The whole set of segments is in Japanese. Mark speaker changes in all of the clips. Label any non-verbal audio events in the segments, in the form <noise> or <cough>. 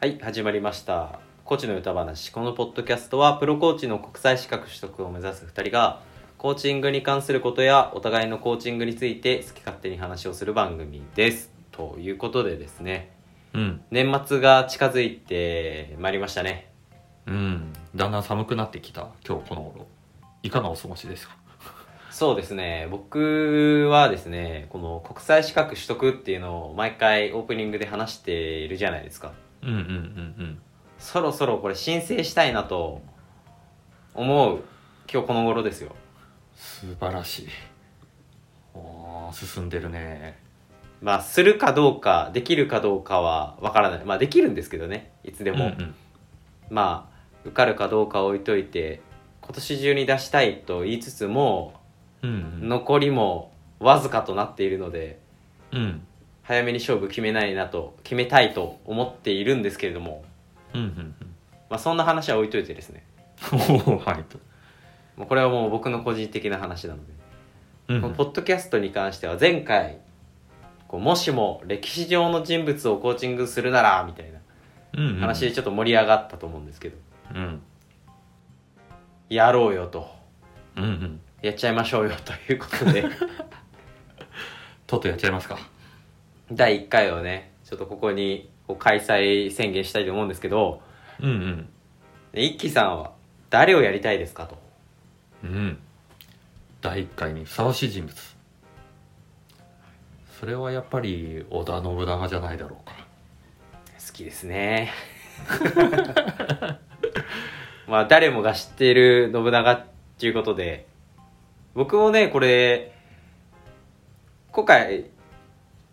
Speaker 1: はい始まりましたコーチの歌話このポッドキャストはプロコーチの国際資格取得を目指す2人がコーチングに関することやお互いのコーチングについて好き勝手に話をする番組ですということでですね
Speaker 2: うん
Speaker 1: 年末が近づいてまいりましたね
Speaker 2: うんだんだん寒くなってきた今日この頃いかがお過ごしですか
Speaker 1: そうですね僕はですねこの国際資格取得っていうのを毎回オープニングで話しているじゃないですか
Speaker 2: うんうんうん
Speaker 1: そろそろこれ申請したいなと思う今日この頃ですよ
Speaker 2: 素晴らしいおー進んでるね
Speaker 1: まあするかどうかできるかどうかはわからないまあできるんですけどねいつで
Speaker 2: で
Speaker 1: も、
Speaker 2: うん
Speaker 1: まあ受かるかどうかは置いといて今年中に出したいと言いつつも
Speaker 2: うんうん
Speaker 1: 残りもわずかとなっているので
Speaker 2: うん
Speaker 1: 早めに勝負決めないなと決めたいと思っているんですけれども、
Speaker 2: うんうん
Speaker 1: まあ、そんな話は置いといてですね
Speaker 2: うんおおはいと、
Speaker 1: もうこれはもう僕の個人的な話なので
Speaker 2: うんうん
Speaker 1: このポッドキャストに関しては前回こうもしも歴史上の人物をコーチングするならみたいな
Speaker 2: うんうん
Speaker 1: 話でちょっと盛り上がったと思うんですけど、
Speaker 2: うん
Speaker 1: やろうよと
Speaker 2: うんうん
Speaker 1: やっちゃいましょうよということで
Speaker 2: とうとうやっちゃいますか
Speaker 1: 第1回をねちょっとここにこう開催宣言したいと思うんですけど
Speaker 2: うんうん
Speaker 1: で一輝さんは誰をやりたいですかと
Speaker 2: うん第1回にふさわしい人物それはやっぱり織田信長じゃないだろうか
Speaker 1: 好きですね <laughs> まあ誰もが知っている信長っていうことで僕もねこれ今回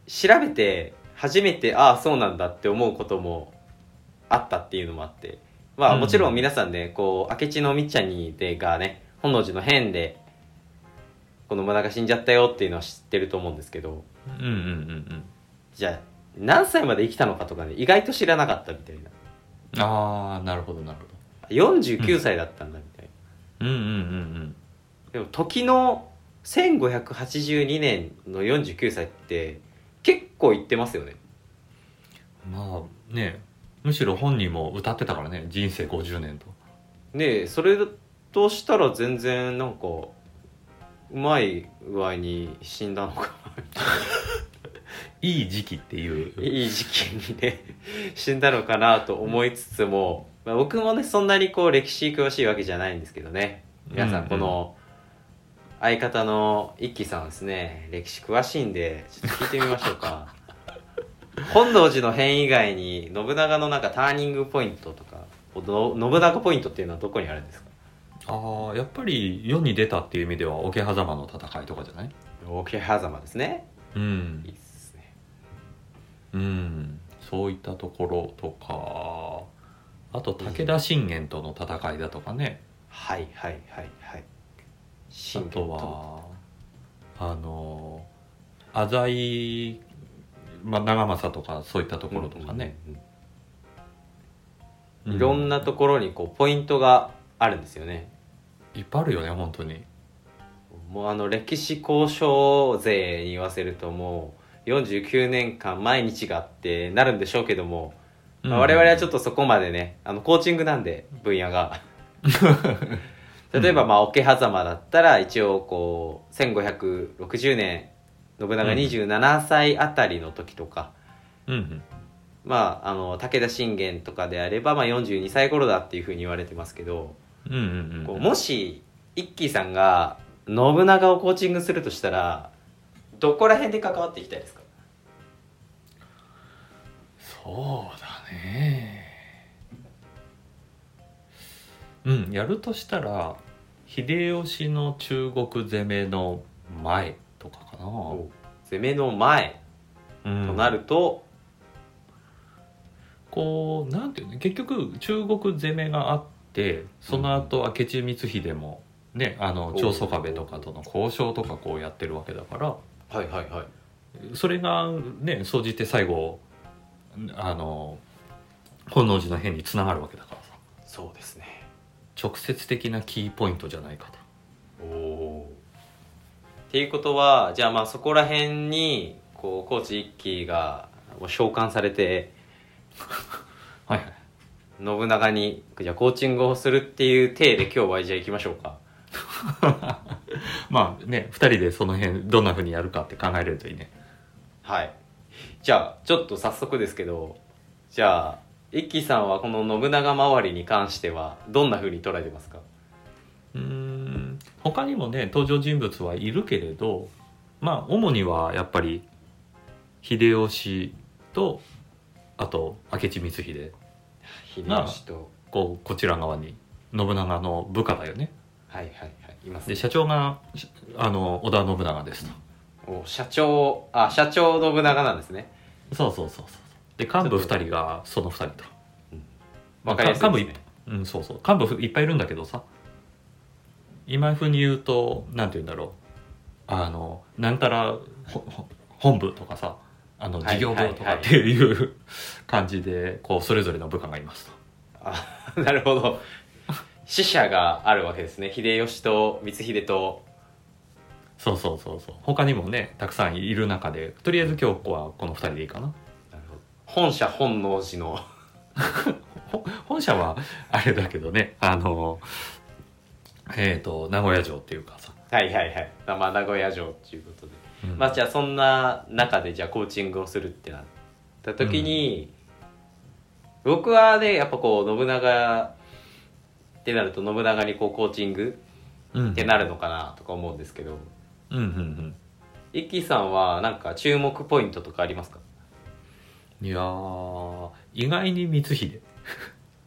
Speaker 1: 調べて初めてああそうなんだって思うこともあったっていうのもあってまあ
Speaker 2: うん
Speaker 1: もちろん皆さんね、こう明智のみっちゃんにでがね本能寺の変でこの信長死んじゃったよっていうのは知ってると思うんですけど、
Speaker 2: うんうんうん
Speaker 1: じゃあ何歳まで生きたのかとかね意外と知らなかったみたいな
Speaker 2: うんああなるほどなるほど
Speaker 1: 49歳だったんだみたいな、
Speaker 2: うんうんうん
Speaker 1: でも時の1582年の49歳って結構いってますよね
Speaker 2: うんまあねむしろ本人も歌ってたからね人生50年と
Speaker 1: ねえそれとしたら全然なんかうまい具合に死んだのか
Speaker 2: いい時期っていう
Speaker 1: いい時期にね <laughs> 死んだのかなと思いつつも、まあ、僕もねそんなにこう歴史詳しいわけじゃないんですけどね皆さ
Speaker 2: うんん
Speaker 1: この相方の一輝さんはですね歴史詳しいんでちょっと聞いてみましょう
Speaker 2: <laughs>
Speaker 1: か本能寺の変以外に信長のなんかターニングポイントとかの信長ポイントっていうのはどこにあるんですか
Speaker 2: ああやっぱり世に出たっていう意味では桶狭間の戦いとかじゃない
Speaker 1: 桶狭間ですね
Speaker 2: う
Speaker 1: いい
Speaker 2: ん
Speaker 1: っすね
Speaker 2: うんそういったところとかあと武田信玄との戦いだとかね
Speaker 1: はいはいはいはい
Speaker 2: あ
Speaker 1: 進
Speaker 2: とはあの浅井、ま、長政とかそういったところとかね、、
Speaker 1: うんうん
Speaker 2: う
Speaker 1: いろんなところにこうポイントがあるんですよね
Speaker 2: いっぱいあるよね本当に
Speaker 1: もうあの歴史交渉勢に言わせるともう49年間毎日があってなるんでしょうけども、まあ我々はちょっ
Speaker 2: と
Speaker 1: とそこまでねあのコーチングなんで分野 <laughs> が例えばまあ桶狭間だったら一応こう1560年信長27歳あたりの時とか、
Speaker 2: うんうん
Speaker 1: まああの武田信玄とかであればまあ42歳頃だっていうふうに言われてますけど、
Speaker 2: うんうんうん
Speaker 1: こうもし一輝さんが信長をコーチングするとしたらどこら辺で関わっていきたいですか
Speaker 2: そうだねうんやるとしたら秀吉の中国攻めの前とかかな
Speaker 1: 攻めの前
Speaker 2: うん
Speaker 1: となると、
Speaker 2: こうなんていうの結局中国攻めがあってその後明智光秀もねあの長宗我部とかとの交渉とかこうやってるわけだから
Speaker 1: はいはいはい
Speaker 2: それがね総じて最後あの本能寺の変につながるわけだからさ
Speaker 1: そうですね
Speaker 2: 直接的なキーポイントじゃないかと
Speaker 1: おおっていうことはじゃあまあそこら辺にこうコーチ一輝が召喚されて
Speaker 2: はいはい
Speaker 1: 信長にじゃあコーチングをするっていう体で今日はじゃあ行きましょうか
Speaker 2: まあね2人でその辺どんなふうにやるかって考えれるといいね
Speaker 1: はいじゃあちょっと早速ですけどじゃあ一輝さんはこの信長周りに関してはどんな風に捉えてますか
Speaker 2: うーん他にもね登場人物はいるけれどまあ主にはやっぱり秀吉とあと明智光秀
Speaker 1: 秀
Speaker 2: まあ
Speaker 1: 吉と
Speaker 2: こうこちら側に信長の部下だよね
Speaker 1: はいはいはいいます
Speaker 2: で社長がしあの織田信長ですと
Speaker 1: お社長あ社長信長なんですね
Speaker 2: そうそうそうそうで幹部2人がその2人と、
Speaker 1: うん
Speaker 2: まあ
Speaker 1: わかりやすいですね
Speaker 2: うん、そうそう幹部いっぱいいるんだけどさ今風に言うとなんて言うんだろうあのなんたらほほ本部とかさあの
Speaker 1: はい
Speaker 2: 事業部と
Speaker 1: はい
Speaker 2: か
Speaker 1: はい
Speaker 2: っていう感じでこうそれぞれの部下がいますと
Speaker 1: あ <laughs> なるほど死者があるわけですね秀吉と光秀と
Speaker 2: そうそうそうそう他にもねたくさんいる中でとりあえず今日はこの2人でいいかな
Speaker 1: なるほど本社本能寺の <laughs>
Speaker 2: ほ本社はあれだけどねあのえっ、と名古屋城っていうかさ、
Speaker 1: はいはいはい、まあ、名古屋城っていうことで、
Speaker 2: うん
Speaker 1: まあじゃあそんな中でじゃあコーチングをするってなった時に、僕はねやっぱこう信長ってなると信長にこうコーチング
Speaker 2: うん
Speaker 1: ってなるのかなとか思うんですけど、
Speaker 2: うんうん
Speaker 1: 一輝さんはなんか注目ポイントとかありますか
Speaker 2: うんいやー意外に光秀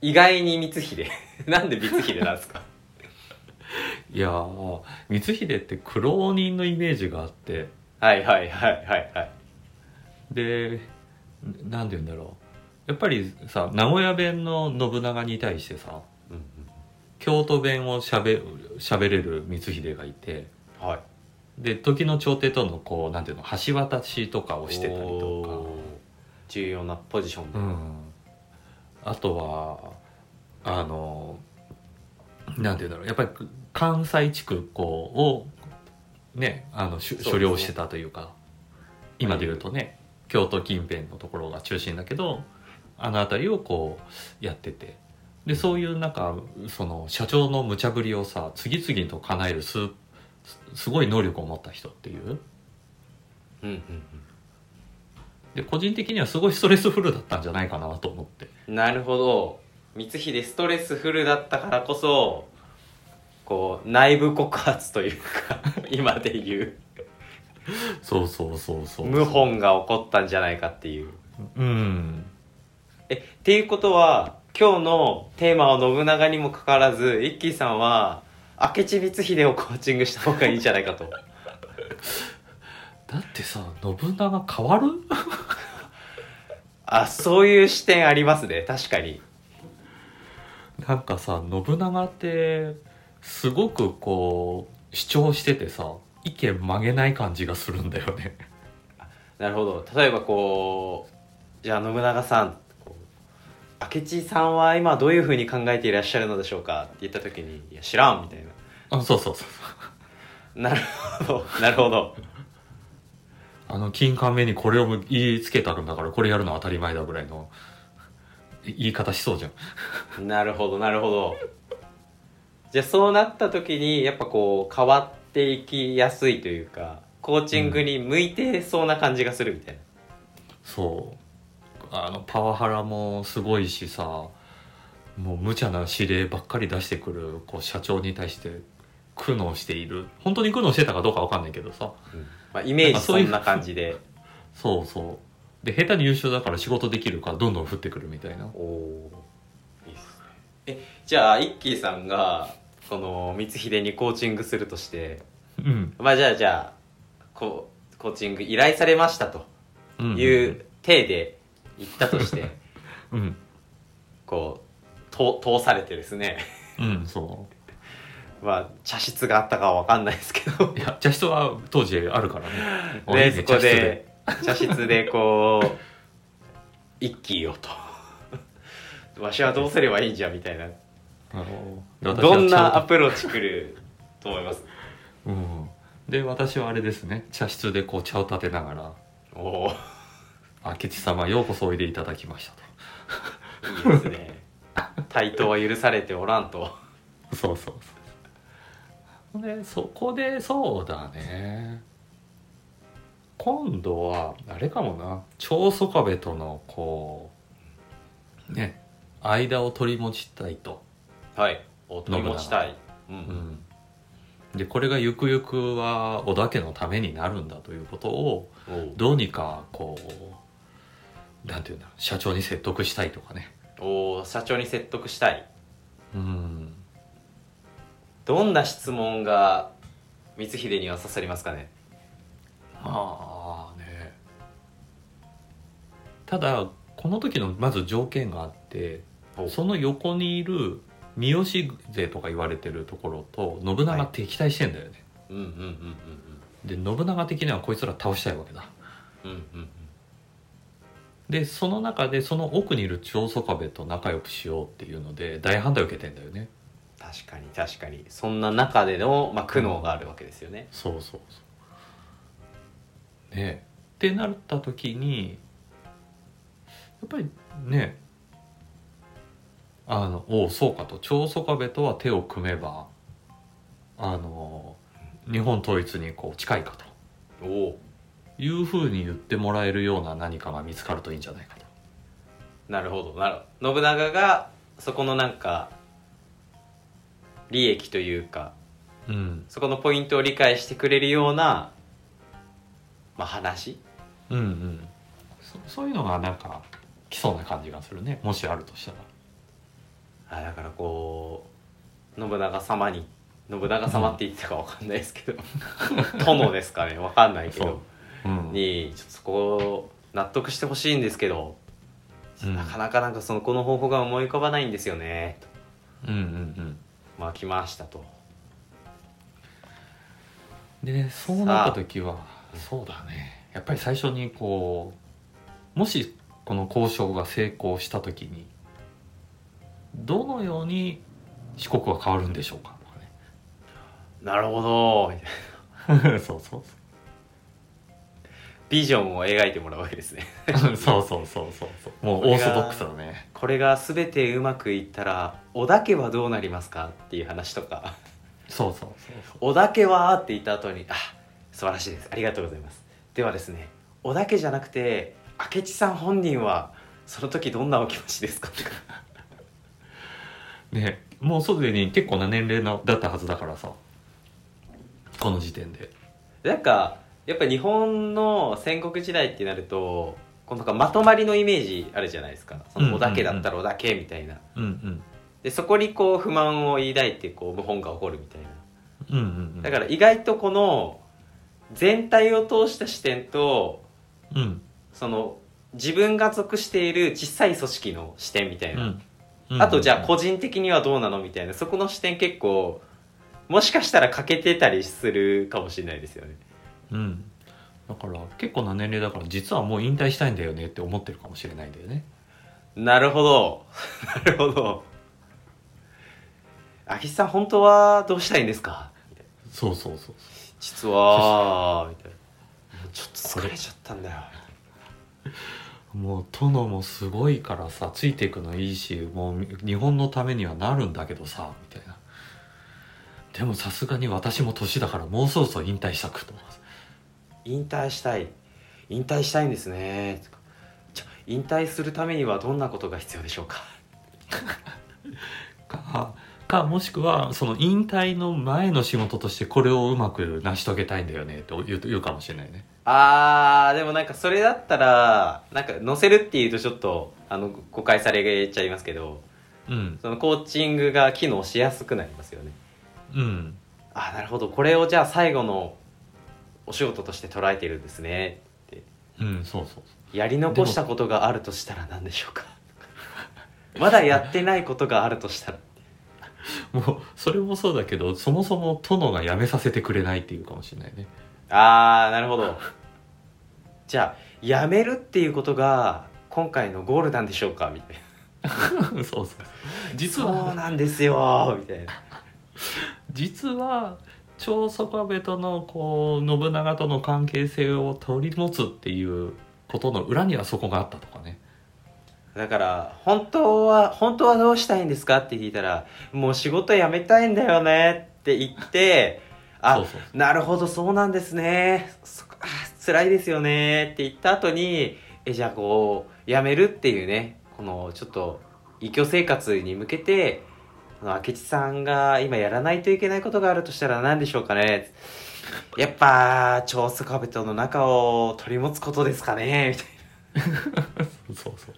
Speaker 1: 意外に光秀なんで <laughs> 光秀なんですか
Speaker 2: いやー光秀って苦労人のイメージがあって
Speaker 1: <laughs> はいはいはいはいはい
Speaker 2: でなんて言うんだろうやっぱりさ名古屋弁の信長に対してさ
Speaker 1: うん
Speaker 2: 京都弁をしゃべしゃべれる光秀がいて
Speaker 1: うんはい
Speaker 2: で時の朝廷とのこうなんていうの橋渡しとかをしてたりとか。
Speaker 1: おー重要なポジションで、
Speaker 2: うんあとはあのなんて言うんだろうやっぱり関西地区こうをねあのし
Speaker 1: そ
Speaker 2: ゅ
Speaker 1: うですね
Speaker 2: 所領してたというか今で言うとね京都近辺のところが中心だけどあの辺りをこうやっててでそういうなんかその社長の無茶ぶりをさ次々と叶えるすすごい能力を持った人っていう
Speaker 1: うんうん
Speaker 2: で個人的にはすごいストレスフルだったんじゃないかなと思って。
Speaker 1: うん、なるほど光秀ストレスフルだったからこそこう内部告発というか <laughs> 今で言う
Speaker 2: そうそうそうそう
Speaker 1: 謀反が起こったんじゃないかっていう
Speaker 2: うん
Speaker 1: えっていうことは今日のテーマは信長にもかかわらず一輝さんは明智光秀をコーチングした方がいいんじゃないかと
Speaker 2: だってさ信長変わる <laughs>
Speaker 1: あそういう視点ありますね確かに
Speaker 2: なんかさ信長ってすごくこう主張しててさ意見曲げない感じがするんだよね
Speaker 1: なるほど例えばこうじゃあ信長さんこう明智さんは今どういうふうに考えていらっしゃるのでしょうかって言った時に「いや知らん」みたい
Speaker 2: あ <laughs> そうそうそう
Speaker 1: ななるほどなるほど
Speaker 2: あの金冠目にこれを言いつけたんだからこれやるのは当たり前だぐらいの言い方しそうじゃん
Speaker 1: なるほどなるほどじゃあそうなった時にやっぱこう変わっていきやすいというかコーチングに向いてそうな感じがするみたいな、
Speaker 2: そうあのパワハラもすごいしさもう無茶な指令ばっかり出してくるこう社長に対して苦悩している本当に苦悩してたかどうかわかんないけどさ
Speaker 1: まあ、イメー
Speaker 2: なん
Speaker 1: ジ
Speaker 2: か
Speaker 1: そ
Speaker 2: そういうん
Speaker 1: な感じで
Speaker 2: そうそうで下手に優秀だから仕事できるからどんどん降ってくるみたいな
Speaker 1: おおいいっすねえじゃあ一輝さんがこの光秀にコーチングするとして
Speaker 2: うん、
Speaker 1: まあじゃあじゃあこうコーチング依頼されましたと
Speaker 2: うん、
Speaker 1: いう体で言ったとして、 <laughs>
Speaker 2: うん
Speaker 1: こうと通されてですね <laughs>
Speaker 2: うんそ
Speaker 1: まあ茶室があったかは分かんないですけど
Speaker 2: ういや茶室は当時あるから
Speaker 1: <laughs>
Speaker 2: ね <laughs> おいい
Speaker 1: で
Speaker 2: ね
Speaker 1: そ
Speaker 2: 茶
Speaker 1: こ
Speaker 2: 室
Speaker 1: で茶室でこう「一気よ」と「 <laughs> わしはどうすればいいんじゃ」みたいな
Speaker 2: あの私は
Speaker 1: どんなア
Speaker 2: 茶
Speaker 1: プローチくると思い
Speaker 2: <laughs>
Speaker 1: ます
Speaker 2: うんで私はあれですね茶室でこう茶を立てながら
Speaker 1: おお
Speaker 2: 「明智様ようこそおいでいただきました」と
Speaker 1: いいですね対等は許されておらんと
Speaker 2: そうそうそうでそこでそうだね今度はあれかもな長宗我部とのこうね間を取り持ちたいと、
Speaker 1: はいお取り持ちたい、うん
Speaker 2: うん、でこれがゆくゆくは織田家のためになるんだということを
Speaker 1: おう
Speaker 2: どうにかこうなんていうんだろう社長に説得したいとかね
Speaker 1: おう社長に説得したい
Speaker 2: うん
Speaker 1: どんな質問が光秀には刺さりますかね
Speaker 2: まあねただこの時のまず条件があって
Speaker 1: お
Speaker 2: その横にいる三好勢とか言われてるところと信長って敵対してんだよね、
Speaker 1: うんうんうん
Speaker 2: で信長的にはこいつら倒したいわけだ
Speaker 1: うんうんうんうん
Speaker 2: でその中でその奥にいる長宗我部と仲良くしようっていうので大反対を受けてんだよね
Speaker 1: 確かに確かにそんな中での、まあ、苦悩があるわけですよね、
Speaker 2: そうそうそうねえってなった時にやっぱりねあのおうそうかと長宗我部とは手を組めばあの日本統一にこう近いかと
Speaker 1: おお
Speaker 2: いうふうに言ってもらえるような何かが見つかるといいんじゃないかと
Speaker 1: なるほどなるほど信長がそこのなんか利益というか
Speaker 2: うん
Speaker 1: そこのポイントを理解してくれるような、まあ、話
Speaker 2: うんうんそそういうのがなんか来そうな感じがするねもしあるとしたら
Speaker 1: あだからこう信長様に信長様って言ってたかわかんないですけ
Speaker 2: <laughs>
Speaker 1: ど殿ですかねわかんないけど
Speaker 2: う、うん、
Speaker 1: にちょっとそこを納得してほしいんですけど、
Speaker 2: うん
Speaker 1: なかなかなんかそのこの方法が思い浮かばないんですよねと
Speaker 2: うんうんうん
Speaker 1: まあ来ましたと
Speaker 2: でねそうなった時はそうだねやっぱり最初にこうもしこの交渉が成功した時にどのように四国は変わるんでしょうかと
Speaker 1: なるほど
Speaker 2: かね <laughs> そうそう
Speaker 1: ビジョンを描いてもらうわけですね
Speaker 2: <laughs> そうそうそうそうそうそうもうオーソドックスだね
Speaker 1: これが全てうまくいったら織田家はどうなりますかっていう話とか
Speaker 2: そうそうそう
Speaker 1: 織田家はって言った後にあ素晴らしいですありがとうございますではですね織田家じゃなくて明智さん本人はその時どんなお気持ちですか <laughs> とか
Speaker 2: そうねもうすでに結構な年齢なだったはずだからさこの時点で
Speaker 1: なんかやっぱ日本の戦国時代ってなるとこのなんかまとまりのイメージあるじゃないですかその織田家だったら織田家みたいな
Speaker 2: うんうん
Speaker 1: でそこにこう不満を抱いてこう謀反が起こるみたいな
Speaker 2: うんうんうん
Speaker 1: だから意外とこの全体を通した視点と
Speaker 2: うん
Speaker 1: その自分が属している小さい組織の視点みたい
Speaker 2: うん
Speaker 1: な、
Speaker 2: うん
Speaker 1: あとじゃあ個人的にはどうなのみたいなそこの視点結構もしかしたら欠けてたりするかもしれないですよね
Speaker 2: うん、だから結構な年齢だから実はもう引退したいんだよねって思ってるかもしれないんだよね
Speaker 1: なるほど <laughs> なるほど秋さん本当はどうしたいんですかみたいな
Speaker 2: そうそうそう
Speaker 1: 実はみたいなもうちょっと疲れちゃったんだよ
Speaker 2: もう殿もすごいからさついていくのいいしもう日本のためにはなるんだけどさみたいなでもさすがに私も年だからもうそろそろ引退したくと思います
Speaker 1: 引退したい引退したいんですねとかじゃ引退するためにはどんなことが必要でしょうか
Speaker 2: かかもしくはその引退の前の仕事としてこれをうまく成し遂げたいんだよねって言う言うかもしれないね
Speaker 1: あーでもなんかそれだったらなんか載せるっていうとちょっとあの誤解されちゃいますけど
Speaker 2: うん
Speaker 1: そのコーチングが機能しやすくなりますよね
Speaker 2: うん
Speaker 1: あーなるほどこれをじゃあ最後のお仕事として捉えてるんですね
Speaker 2: うんそうそう
Speaker 1: やり残したことがあるとしたら何でしょうか <laughs> まだやってないことがあるとしたら
Speaker 2: もうそれもそうだけどそもそも殿が辞めさせてくれないっていうかもし
Speaker 1: <laughs>
Speaker 2: れないね
Speaker 1: あーなるほどじゃあやめるっていうことが今回のゴールなんでしょうかみたいな
Speaker 2: そうそう実
Speaker 1: そう
Speaker 2: は
Speaker 1: なんですよみたいな
Speaker 2: 実は長宗我部とのこう信長との関係性を取り持つっていうことの裏にはそこがあったとかね
Speaker 1: だから本当は本当はどうしたいんですかって聞いたらもう仕事辞めたいんだよねって言ってあ
Speaker 2: そうそう
Speaker 1: なるほどそうなんですねそあ辛いですよねって言った後にえじゃあこう辞めるっていうねこのちょっと異居生活に向けてあの明智さんが今やらないといけないことがあるとしたら何でしょうかねやっぱ長宗我部との仲を取り持つことですかねみたい
Speaker 2: そうそうそう。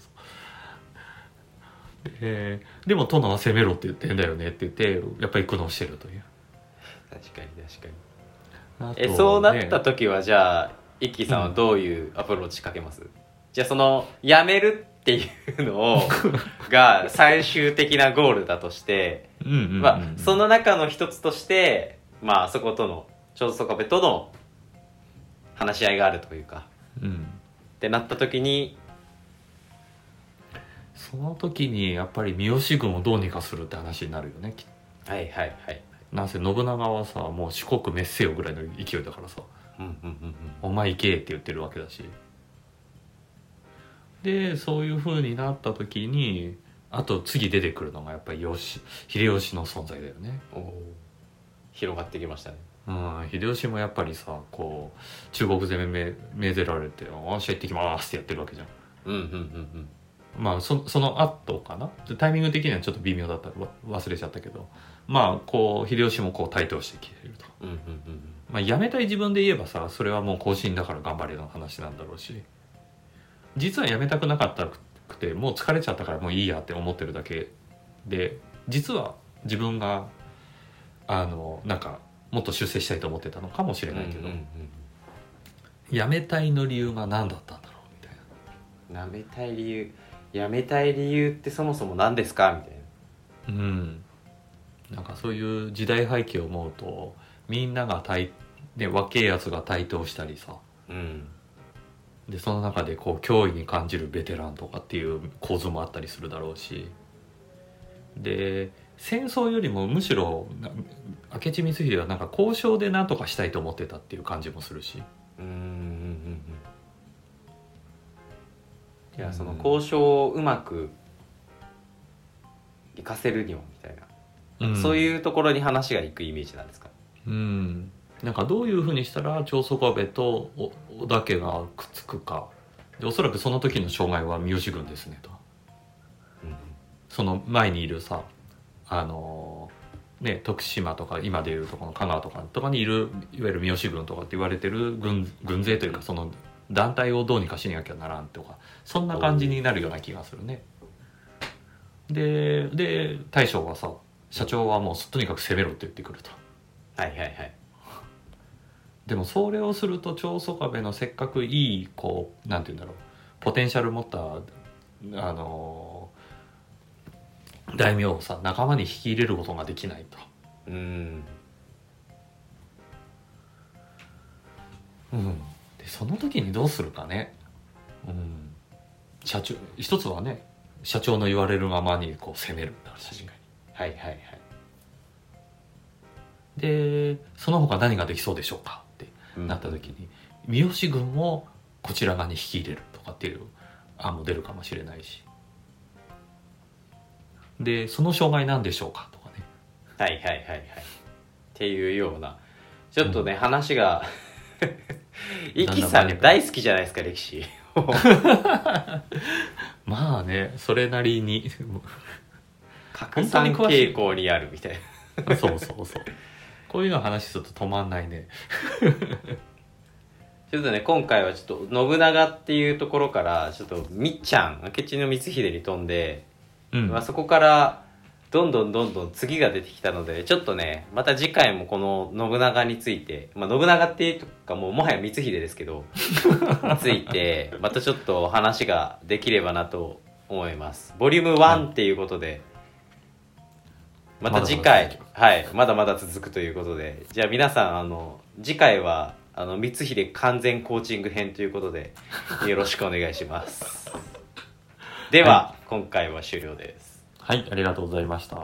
Speaker 2: えーでも殿は攻めろって言ってんだよねって言ってやっぱり苦悩してるという
Speaker 1: な確かに確かに
Speaker 2: あと
Speaker 1: えそうなった
Speaker 2: ね
Speaker 1: 時はじゃあ一輝さんはどういうアプローチかけます、じゃあそのやめるっていうの
Speaker 2: <laughs>
Speaker 1: をが最終的なゴールだとして、
Speaker 2: うんうんうんうん
Speaker 1: まあ、その中の一つとしてまああそことの長宗我部との話し合いがあるというか
Speaker 2: うん
Speaker 1: ってなった時に
Speaker 2: その時にやっぱり三好軍をどうにかするって話になるよねきっ
Speaker 1: はいはいはい
Speaker 2: となんせ信長はさもう四国滅せよぐらいの勢いだからさ
Speaker 1: うんうんうんうん
Speaker 2: お前行けって言ってるわけだしでそういう風になった時にあと次出てくるのがやっぱり吉秀吉の存在だよね
Speaker 1: おー広がってきましたね
Speaker 2: うん、秀吉もやっぱりさこう中国攻めめ命ぜられて「よっしゃ行ってきます」ってやってるわけじゃん
Speaker 1: うんうんうん
Speaker 2: まあそその後かなでタイミング的にはちょっと微妙だったわ忘れちゃったけどまあこう秀吉もこう台頭してきていると、
Speaker 1: うんうんうんうん
Speaker 2: まあ、やめたい自分で言えばさそれはもう後進だから頑張れの話なんだろうし実はやめたくなかったくてもう疲れちゃったからもういいやって思ってるだけで実は自分があのなんかもっと出世したいと思ってたのかもしれ
Speaker 1: うん
Speaker 2: ないけど、
Speaker 1: うんうん
Speaker 2: 辞めたいの理由が何だったんだろうみたいな
Speaker 1: うんやめたい理由やめたい理由ってそもそも何ですかみたいな
Speaker 2: うんなんかそういう時代背景を思うとみんなが対ね若えやつが台頭したりさ
Speaker 1: うん
Speaker 2: でその中でこう脅威に感じるベテランとかっていう構図もあったりするだろうしで戦争よりもむしろな明智光秀はなんか交渉で何とかしたいと思ってたっていう感じもするし
Speaker 1: うんうんうんうんいやその
Speaker 2: うん
Speaker 1: 交渉をうまく活かせるにはみたいな、そう
Speaker 2: うん
Speaker 1: いうところに話がいくイメージなんですか
Speaker 2: うん、なんかどういうふうにしたら長宗我部とお織田家がくっつくかでおそらくその時の障害は三好軍ですねと
Speaker 1: うん
Speaker 2: その前にいるさあのーね徳島とか今でいうとこの香川とかとかにいるいわゆる三好軍とかって言われてる軍軍勢というかその団体をどうにかしなきゃならんとかそんな感じになるような気がするね。でで大将はさ社長はもうとにかく攻めろって言ってくると。
Speaker 1: はいはいはい
Speaker 2: でもそれをすると長宗我部のせっかくいいこうなんて言うんだろうポテンシャル持ったあのー大名をさ仲間に引き入れることができないと、
Speaker 1: うん
Speaker 2: うん、でその時にどうするかね、うん、社長一つはね社長の言われるままにこう攻めるんだろうし
Speaker 1: 確かはいはいはい
Speaker 2: でその他何ができそうでしょうかってなった時に三好軍をこちら側に引き入れるとかっていう案も出るかもしれないしでその障害なんでしょうかとかね
Speaker 1: はいはいはいはいっていうようなちょっとね、話が <laughs> イキさん大好きじゃないですか歴史
Speaker 2: まあねそれなりに <laughs>
Speaker 1: 拡
Speaker 2: 当
Speaker 1: 散
Speaker 2: に詳しい
Speaker 1: 傾向にあるみたいな
Speaker 2: そうそうそうこういうの話すると止まんないね
Speaker 1: ちょっとね今回はちょっと信長っていうところからちょっとみっちゃん明智の光秀に飛んで、
Speaker 2: うん
Speaker 1: まあ、そこからどんどんどんどん次が出てきたのでちょっとねまた次回もこの信長について、まあ、信長っていうかもうもはや光秀ですけどに <laughs> ついてまたちょっとお話ができればなと思いますボリューム1っていうことで、また次回
Speaker 2: まだまだ続
Speaker 1: はいまだまだ続くということでじゃあ皆さんあの次回はあの光秀完全コーチング編ということでよろしくお願いしますでは、今回は終了です
Speaker 2: はいありがとうございました